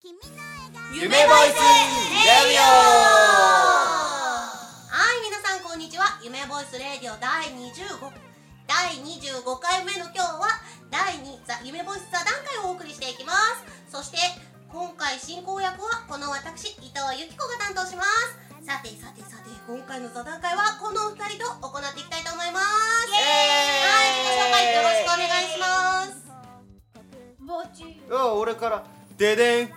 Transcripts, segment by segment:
君の笑顔夢ボイスレディはい、皆さんこんにちは。夢ボイスレディオ第25第25回目の今日は第2ザ夢ボイス座談会をお送りしていきます。そして今回進行役はこの私伊藤由紀子が担当します。さてさてさて今回の座談会はこのお二人と行っていきたいと思います。はい、自己紹介よろしくお願いします。あ俺からででん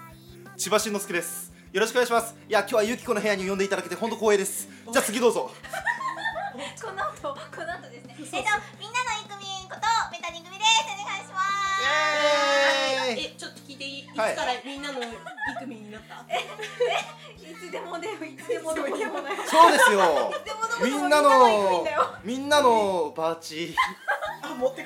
千葉真之介ですよろしくお願いしますいや今日はゆきこの部屋に呼んでいただけて本当光栄ですじゃあ次どうぞこの後、この後ですね。えっと、みんなのいくみんこと、メタニ組です。お願いします。イエーイえ、ちょっと聞いていい？いつかはいらみんなの育民になった？いつでもでも、いつでもでもでもない。そうですよでもでもみでもんなのみんなのバーチ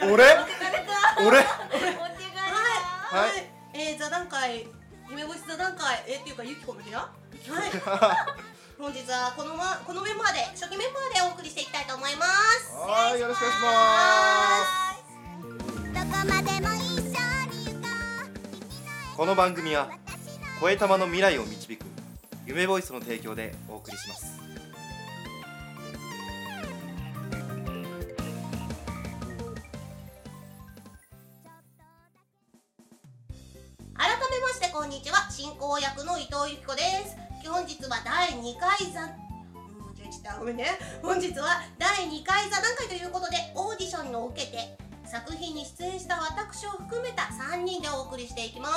俺俺持って帰るな。はいえー、座談会夢星座談会えー、っていうかゆきこの部屋はい 本日はこの,、ま、このメンバーで初期メンバーでお送りしていきたいと思いますはいよろしくお願いしますどこまでも一緒に行こ うこの番組は私の声玉の未来を導く夢ボイスの提供でお送りします改めましてこんにちは進行役の伊藤由紀子です本日は第2回座うん間違えちゃったごめんね本日は第2回座談会ということでオーディションを受けて作品に出演した私を含めた3人でお送りしていきま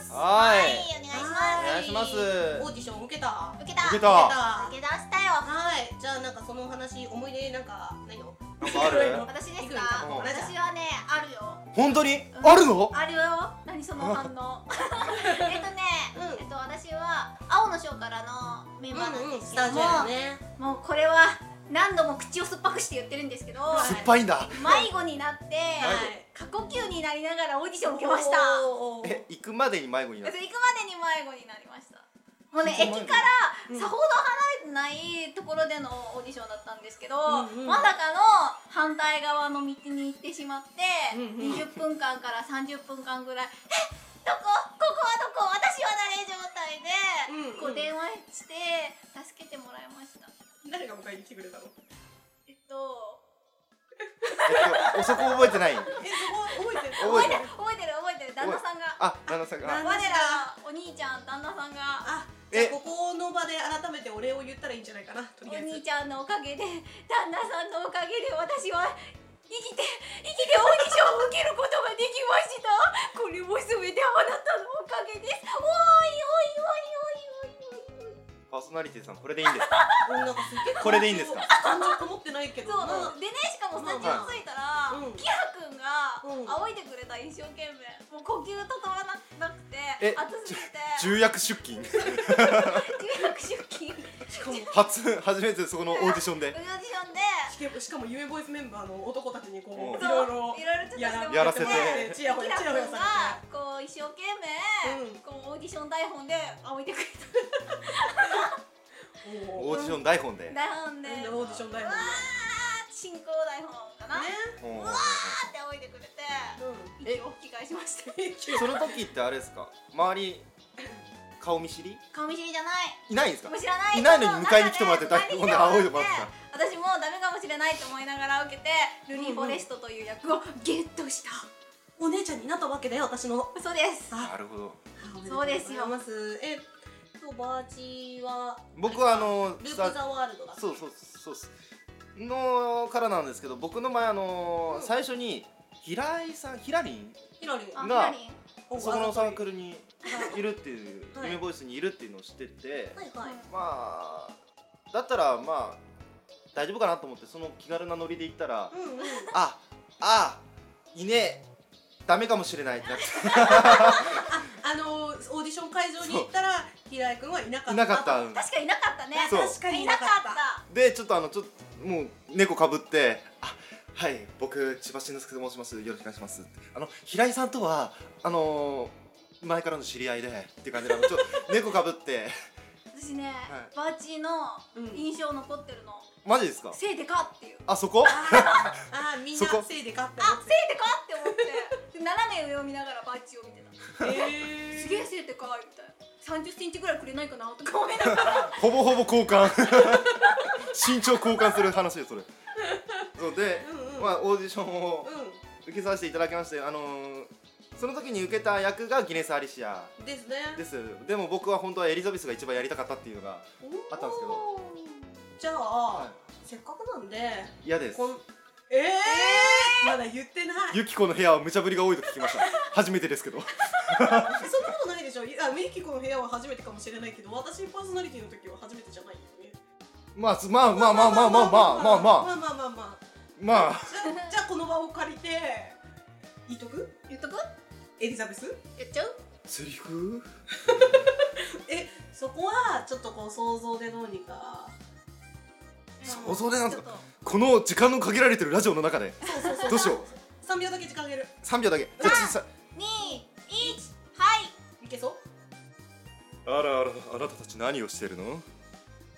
すははい、いお願いしはます。願いしますオーディション受けた受けた。受け受たけ出したよ。はい、じゃあなんかそのお話思い出なんかないの？なんかある私ですかうん私はね、あるよ。本当にあるのあるよ。何その反応。 えっとね、うんえっと、私は青の章からのメンバーなんですスけどタジもオよね。もうこれは何度も口を酸っぱくして言ってるんですけどはい酸っぱいんだ迷子になってはい過呼吸になりながらオーディションを受けましたそおーおーえ行くまでに迷子になれ行くまるでに迷子になりましたもうねす駅ごいねからうんさほど離れてないところでのオーディションだったんですけど、うんうんまさかの反対側の道に行ってしまって、うんうん20分間から30分間ぐらい「えどこここはどこ私は誰?」状態で、うんうんこう電話して助けてもらいました誰が迎えに来てくれたの？えっとえっと そこ覚えてないえ、すごい覚えてる。覚えてる覚えてる覚えてる旦那さんがあ旦那さん旦が我那らお兄ちゃん旦那さんがあ、じゃあえここの場で改めてお礼を言ったらいいんじゃないかな。とおりあえず。兄ちゃんのおかげで旦那さんのおかげで私は生きて生きてオーディションを受けることができましたこれも全てあなたのおかげですおいおいおいおいおいおいパーソナリティさんこれでいいんですかうんなんかすっげえこれでいいんですか感情こもってないけど。そうなでねしかもスタジオ着いたら、うんキハくんがうん仰いでくれた一生懸命もう呼吸整わななくてえ熱すぎて重役出勤 重力出勤しかも。初初めてそこのオーディションオーでディションでしかもしかも夢ボイスメンバーの男たちにこうんういろいろいろいろちょっとしてもやららっせててチヤホキヤラチヤホヤ君さがれこう一生懸うん命こうオーディション台本で仰いでくれて。おオお。ーディション台本でた台本でオーディションだよわね。ー進行台本かなうんパーって仰いでくれてう息を吹き返しましたん。一その時ってあれですか周り顔見知り顔見知りじゃないいないんですかもう知らないいないのに迎えに来てもらって中で台本で仰いでもらって私もダメかもしれないと思いながら受けてルニー・フォレストという役をゲットしたお姉ちゃんになったわけだよ私の。そうですあなるほどそうですよおめでとうございますえ、今日バーチは僕はあのループさザワールドだ。そうそうそうっすのからなんですけど僕の前あのうん最初に平井さんひらりんヒロリン。があひらりんおそこのサークル。ルにはいるっていうはい夢ボイスにいるっていうのを知ってていはい。まあだったらまあ大丈夫かなと思ってその気軽なノリで行ったらうんうん。ああいねえダメかもしれないってなって あのオーディション会場に行ったら平井くんはいなかった。いなかったうん確かいなかったねそう確かにいいななかかっ。ったたでちょっとあのちょっともう猫かぶってあはい僕千葉真之介と申しますよろしくお願いしますあの平井さんとはあのー、前からの知り合いでっていう感じであのちょっと猫かぶって私ね、バーチーの印象残ってるの、マジですかせいでかっていうあそこあーあーみんそこなせいでかってあ思っせいて。でかって思ってで斜め上を見ながらバッジを見てたすげえ背でかいみたいな30センチぐらいくれないかなとか思いながらほぼほぼ交換 身長交換する話よそれそうで、うんうんまあオーディションをう受けさせていただきましてあのーその時に受けた役がギネス・アリシアんですねですでも僕は本当はエリザベスが一番やりたかったっていうのがあったんですけどおーじゃあ、はせっかくなんで嫌ですこんえー、まだ言ってないユキコの部屋は無茶ぶりが多いと聞き ました初めてですけどそんなことないでしょあミキコの部屋は初めてかもしれないけど私パーソナリティの時は初めてじゃないよねまあすまあまあまあまあまあまあまあまあまあまあまあまあまあじゃじゃあこの場を借りて言いとく言っとくエリザベス言っちゃうセリフえそこはちょっとこう想像でどうにか想像でなんすかちょっとこの時間の限られてるラジオの中でそうそうそうどうしよう3秒だけ時間あげる3秒だけじゃあちさ21はいいけそうあらあらあなたたち何をしてるの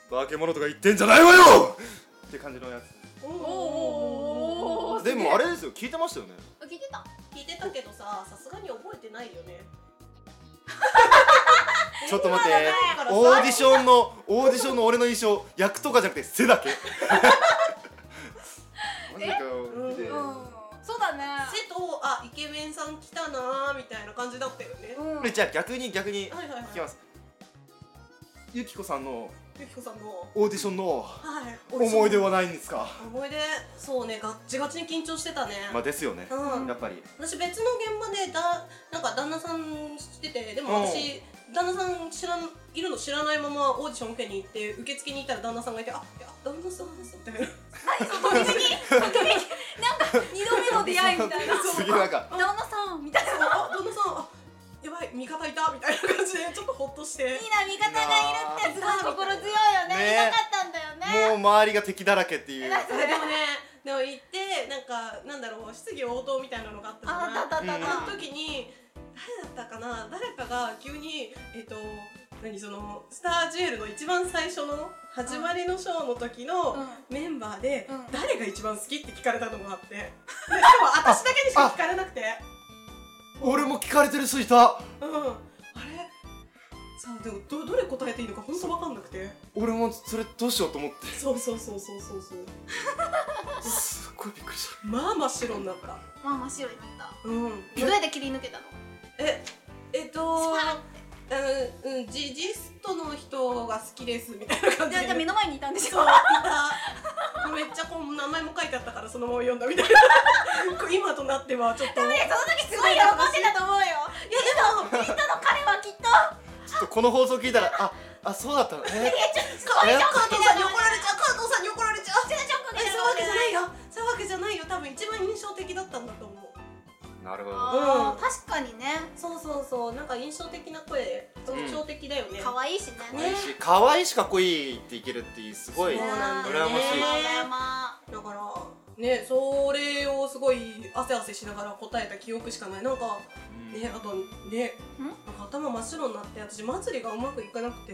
化け物とか言ってんじゃないわよって感じのやつおーおーでもあれですよ聞いてましたよね聞いてた聞いてたけどささすがに覚えてないよね ちょっと待って今のオ前ーディションのオーディションの俺の印象役とかじゃなくて背だけマジかようんでうんそうだね瀬戸あイケメンさん来たなーみたいな感じだったよねうんじゃあ逆に逆にはいはいはい聞きますゆきこさんのゆきこさんのオーディションのはい思い出はないんですか思い出そうねガッチガチに緊張してたね、まあですよねうんやっぱり私別の現場でだなんか旦那さん知っててでも私旦那さん知らんいるの知らないままオーディション受けに行って受付に行ったら旦那さんがいて「あいや旦那さんです」みたいな突撃突撃なんか二度目の出会いみたいなすげえなんか旦那さんみたいな「あ旦那さんあやばい味方いた」みたいな感じでちょっとほっとしていいな味方がいるってすごい心強いよねねいなかったんだよねもう周りが敵だらけっていでうもねでも行ってなんかなんだろう質疑応答みたいなのがあったじゃないあったあったあったあったその時に誰だったかな誰かが急にえっ、と何そのスタージュエルの一番最初の始まりのショーの時のうんメンバーで、うん誰が一番好きって聞かれたのがあ ってででも私だけにしか聞かれなくて俺も聞かれてる人いたうんあれさあでもどどれ答えていいのか本当わかんなくて俺もそれどうしようと思ってそうそうそうそうそうそうすっごいびっくりしまあ真っ白になったまあ真っ白になったうんどうやって切り抜けたのええっとスパうんうんジジストの人が好きですみたいな感じじゃあでじゃあ目の前にいたんでし ょそういためっちゃこう名前も書いてあったからそのまま読んだみたいな今となってはちょっといやその時すごい喜んでたと思うよでもきっとの彼はきっとたちょっとこの放送聞いたらああそうだったのね かわいい加藤さんに怒られちゃう加藤さんに怒られちゃうちょちょこえそういうわけじゃないよそういうわけじゃないよ多分一番印象的だったんだと思うなるほあー確かにねそうそうそうなんか印象的な声特徴的だよね、可愛いしね可愛いし可愛いしかっこいいっていけるっていうすごいそうなんだよね羨ましい羨まだからねそれをすごい汗汗しながら答えた記憶しかないなんかうんねあとねなんか頭真っ白になって私祭りがうまくいかなくて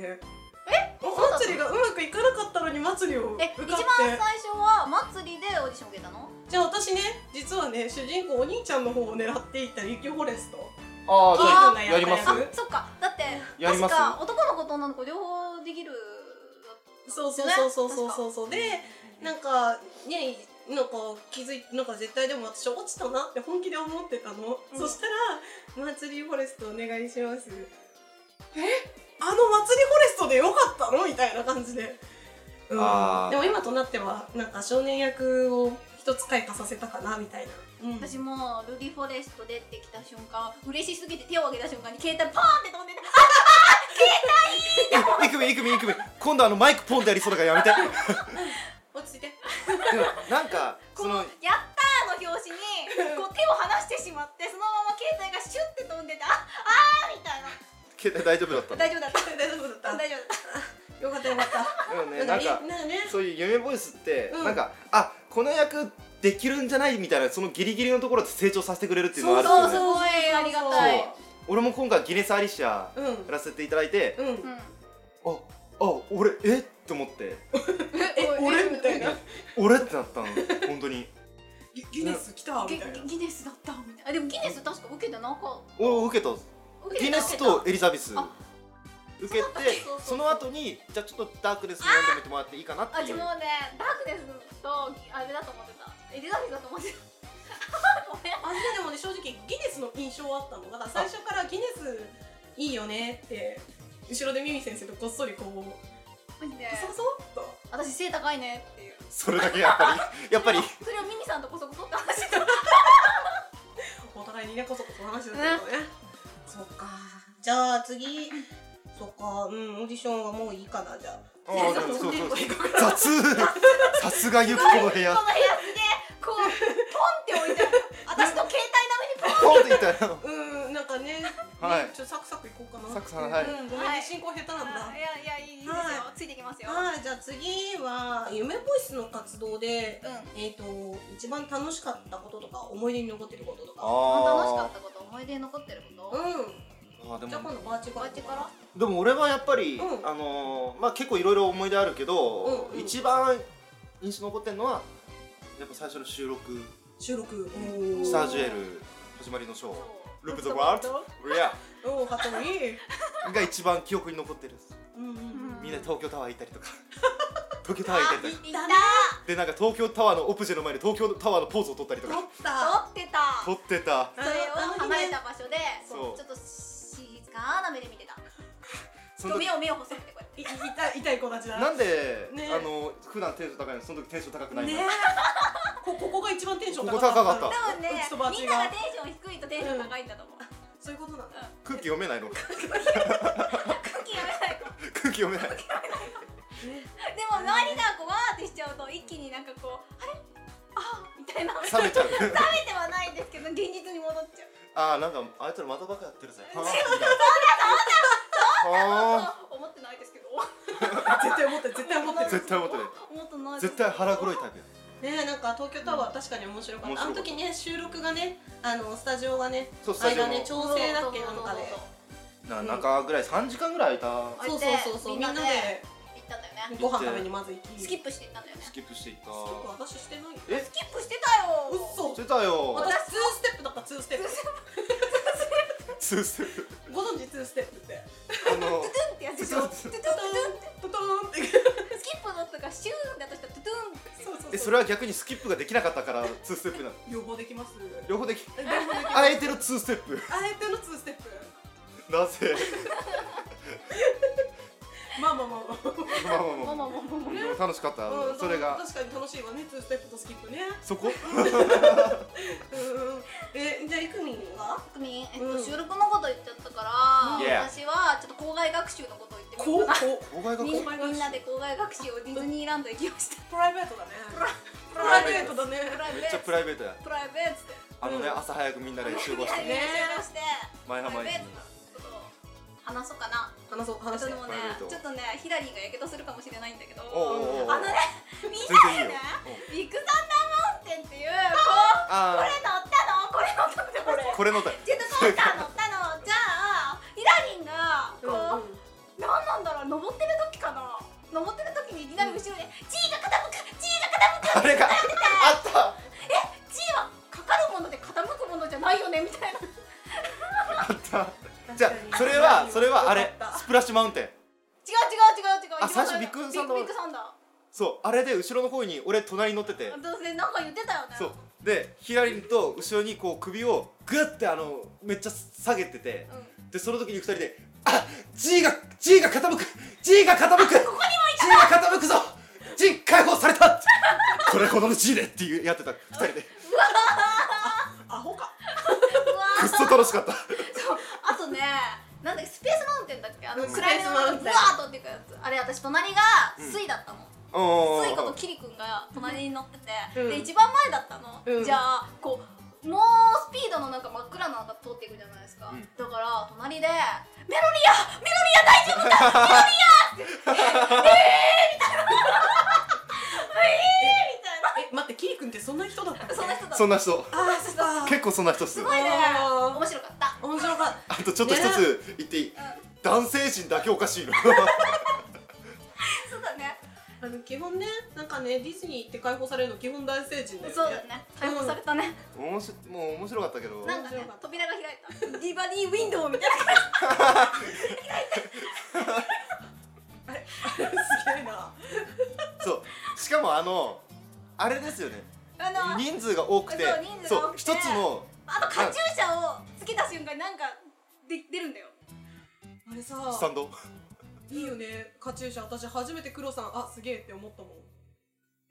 え祭りがうまくいかなかったのに祭りを受えかって一番最初は祭りでオーディション受けたのじゃあ私ね実はね主人公お兄ちゃんの方を狙っていった雪フォレストあキあー君やりがますやったあそっかだってやり確ますか男の子と女の子両方できるそうそうねそうそうそうそうでなんかねなんか気づいなんか絶対でも私落ちたなって本気で思ってたの、うんそしたら「祭りフォレストお願いします」えあの祭りフォレストでよかったのみたいな感じで、うんあーでも今となってはなんか少年役を一つ開花させたかなみたいな、うん私もうルリフォレスト出てきた瞬間嬉しすぎて手を挙げた瞬間に携帯パーンって飛んでたいくみいくみいくみ今度あのマイクポンってやりそうだからやめて落ち着いてでもなんかその「やったー!」の拍子にこう手を離してしまってそのまま携帯がシュッて飛んでたああーみたいな携帯大丈夫だった大丈夫だった大丈夫だった大丈夫だっよかったよかったでもねなんかみなんかねそういう夢ボイスって、うんなんかあこの役できるんじゃないみたいなそのギリギリのところで成長させてくれるっていうのがあたるんですよそねうすごいありがたい俺も今回ギネスアリシアうんやらせていただいて、うんうんああ俺えって思ってえ俺みたいな俺ってなったの本当にギギネス来たみたいなギギネスだったみたいなあでもギネス確か受けてなかっを受けたたギネス受けてなかとったエリザベスあ受けてそうそうそうその後にじゃあちょっとダークネスも読んでみてもらっていいかなっあて自いう分はねダークネスとあれだと思ってたエリザベスだと思ってた ごめんあんなでもね正直ギネスの印象はあったのだから最初からギネスいいよねって後ろでミミ先生とこっそりこうマジでそそっと私背高いねっていうそれだけやっぱ りやっぱりそれをミミさんとこそこそって話してたお互いにねこそこそ話してたたけけどどねそっかじゃあ次そっかうんオーディションはもういいかなじゃああーでもそうそう結構雑 さすがゆきこの部屋この部屋すげえこうポンって置いてある私の携帯のポンっていったようんなんか ねはいねちょっとサクサクいこうかなサクサクはいうんごめんはねい進行下手なんだ上にポンあいやいやいいですよはついてきますようんはいじゃあ次は夢ボイスの活動でえっ、と一番楽しかったこととか思い出に残ってることとか楽しかあったこと思い出に残ってるこうとんーあーでじゃあも今度バーチこカうやルってからでも俺はやっぱり、うんあのーまあ結構いろいろ思い出あるけど、うんうん一番印象残ってるのはやっぱ最初の収録収録「スタージュエル始まりのショー」「ループ・ザ・ワールド」「リアおおかっこいい」が一番記憶に残ってるですうんうんうんみんな東京タワー行ったりとか 東京タワー行ったりとかいだたねでなんか東京タワーのオブジェの前で東京タワーのポーズを取ったりと撮っかた撮ってた撮ってたそれを離れた場所でそうちょっと静かな目で見てたその時目を目を細めてこうやっていい痛い痛い子たちだなんで、ねあの普段テンション高いのにその時テンション高くないんだ、ねこここが一番テンションここ高かっ多分ねうちとバーみチんがながテンション低いとテンション高いんだと思うそういうことなんだ空気読めないの空気読めない子空気読めないでも周りがこうわーってしちゃうと一気になんかこうあれあーみたいな冷冷めちゃう めてはないんですけど現実に戻っちゃうあーなんかあいつらまたバカやって るぜはあそう思ってないですけど絶対思ってる絶対思ってる絶対思ってない思ってないです絶対腹黒いタイプやねえなんか東京タワー確かに面白かっ面たあ白のかった時ね収録がねあのスタジオがねそうスタジオ間のね調整だっけそうなんかそうそうそうでな中ぐらい3時間ぐらいいたあそうそうそうそうみみんんななでで行ったんだよねご飯食べにまず行きスキップして行ったんだよねスキップしていったスキップ私してないえスキップしてたようっそしてたよ私ツーステップだったツーステップツーステップご存知ツーステップってあの トゥトゥンってやつでしょトゥトゥントゥトトーンって ンスキップの音がシューンって私たらトゥトゥンってそうそうえそれは逆にスキップができなかったからツーステップなの予防できます予両方でき防できますあえてのツーステップ あえてのツーステップなぜ まあまあまあまあまあまあままあまあまあまああでまあも楽しかったうんそれが確かに楽しいわねツーステップとスキップねそこうんえじゃあいくみんは特にえっとうん収録のこと言っちゃったから、 Yeah 私はちょっと校外学習のことを言ってみこうよこうかうお前がなみこんみんなで校外学習をディズニーランド行きましたプライベートだねプラライイベベーートトだねプライめベっーちゃトプライベートやプライベートであのねうん朝早くみんなで集合しやて りねましてプ前ライ浜ベ駅ーにトのことを話そうかな話そう話でしてもプねライベートちょっとねヒラリーがやけどするかもしれないんだけどおうおうおうあのねみん全然いいなよでねうんビッグサンダーマウンテンっていうこうこあれ乗ったのこれ乗ったのこれあこれのだジェットコースター乗ったのじゃあヒラリンがこう、なんなんだろう登ってる時かな登ってる時にいきなり後ろで「G が傾く G が傾く!」あれがあったえ G はかかるもので傾くものじゃないよね」みたいな違あったじゃあそれはそれはあれスプラッシュマウンテンう違う違う違うあ最初一番ビッグサンダービッグサンダそうあれで後ろの方に俺隣に乗っててーどうせなんか言ってたよねそうでヒラリンと後ろにこう首をグッてあのめっちゃ下げててうん、でその時に二人で「あ G が G が傾く G が傾く G が傾くぞ G 解放された!」 これほどの G でっていうやってた二人で くアホかうわっそ楽しか ったそうあとねなんだっけスペースマウンテンだっけあのうん暗闇の中スペースマウブンテンワーッとっていくやつあれ私隣がスイだったもんおスイコとキリ君が隣に乗ってて、うんで一番前だったの、うんじゃあこうもうスピードの中真っ暗な中通っていくじゃないですか、うんだから隣で「メロリアメロリア大丈夫かメロリア!」って「えー!」みたいな「ええ待ってキリ君ってそんな人だったー!」みたいなそんな人だそんな人ああそうだ結構そんな人っすすよごいねあー面白かった面白かっあとちょっと一つ言っていい、う男性陣だけおかしいのそうだねたあの基本ねなんかねディズニーって解放されるの基本大成人だよねそうだね解放されたね、おもしも う面白かったけどなんかね扉が開いたディバディウィンドウみたいな すげえなそうしかもあのあれですよねあの人数が多くてそう人数が多くてそう一つのあとカチューシャをつけた瞬間になんかで出るんだよあれスタさンドいいよねカチューシャ私初めてクロさんあすげえって思ったもん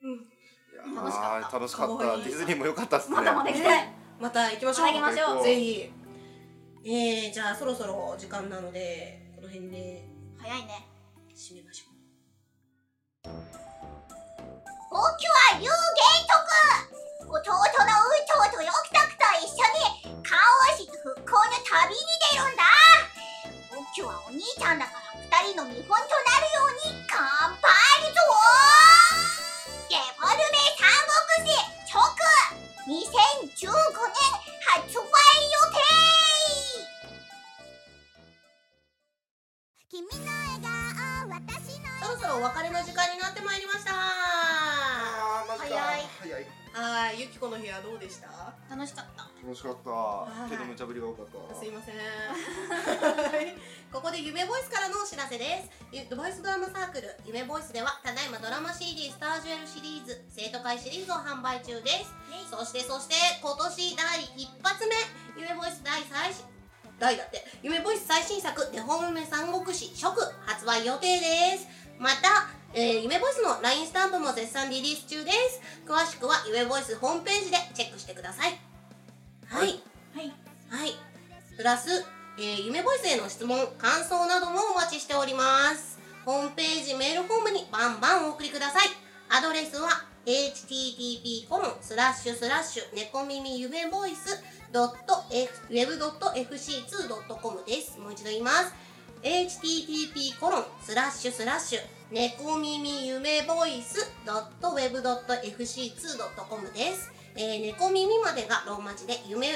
うん楽しかったいやー楽しかった可愛いディズニーも良かったっすねまだまだ行きたいまた行きましょうまた行きましょうぜひえー、じゃあそろそろ時間なのでこの辺で早いね締めましょう僕は有言徳弟のウトウとヨクタクと一緒にカオシス復興の旅に出るんだ僕はお兄ちゃんだから二人の見本となるように頑張るぞデフォルメ三国志直2015年発売予定君の笑顔私のそろそろお別れの時間になってまいりましたあーマジか早い早いはいゆきこの部屋どうでした楽しかった楽しかっいたけど無茶ぶりが多かったすいません はいここで夢ボイスからのお知らせですゆボイスドラマサークル夢ボイスではただいまドラマ CD スタージュエルシリーズ生徒会シリーズを販売中ですそしてそして今年第一発目夢ボイス第最新第だって夢ボイス最新作「デフォルメ三国志食」発売予定ですまた、えー夢ボイスの LINE スタンプも絶賛リリース中です詳しくは夢ボイスホームページでチェックしてくださいはい、はいはい。プラス、えー夢ボイスへの質問、感想などもお待ちしております。ホームページ、メールフォームにバンバンお送りください。アドレスは、http コロンスラッシュスラッシュ猫耳夢ボイス .web.fc2.com です。もう一度言います。http コロンスラッシュスラッシュ猫耳夢ボイス .web.fc2.com です。えー、猫耳までがローマ字で夢ん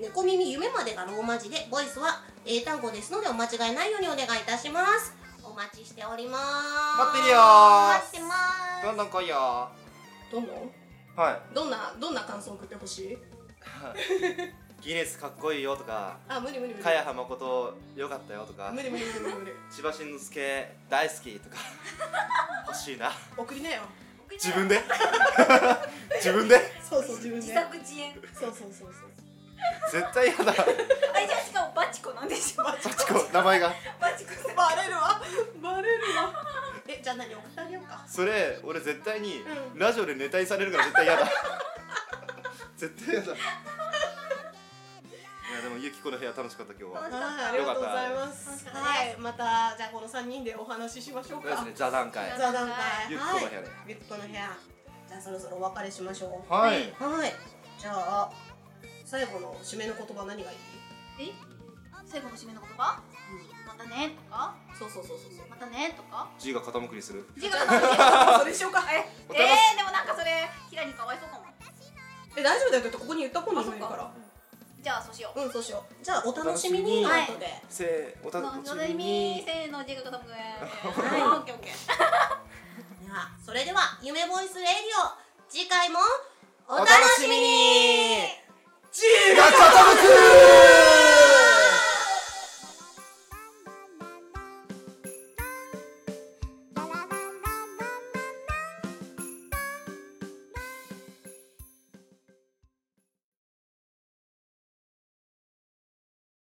猫耳夢までがローマ字でボイスは英単語ですのでお間違いないようにお願いいたしますお待ちしております待ってるよ待ってますどんどん来いよはどんどんいどんなどんな感想送ってほしいギネスかっこいいよとかあ無理無理無理茅葉誠よかったよとか無理無理無理無理千葉真之助大好きとか欲しいな送りなよ自分で 自分でそうそう自分で自作自演そうそうそうそう絶対嫌だあれじゃあしかもバチコなんでしょバチバチコ名前がコさんバレるわバレるわえじゃあ何送ってあげようかそれ俺絶対にうラジオでネタにされるから絶対嫌だ絶対嫌だいやでもゆきこの部屋楽しかった今日ははいありがとうございま楽すしかったですはいまたじゃあこの三人でお話ししましょうそうですかね座談会座談会ゆきこの部はい屋でゆきこの部屋じゃあそろそろお別れしましょうはい、はい。じゃあ、最後の締めの言葉何がいいえ最後の締めの言葉またねとかそうそうそうそうそう。またねとか G が傾くにする字がなんかそれしようか。 えおえ楽しー、でもなんかそれひらにかわいそうかもえ、大丈夫だよ。だってここに言ったことあそなっいかかじゃあそうしようら。うん、そうしよう。じゃあ、お楽しみに。お後楽しみにで。せーおお楽楽ししみみにせーの字が傾くは いオッケーオッケーでは、それでは、夢ボイスレディオ、次回も、おお楽楽しみしみにに G が傾く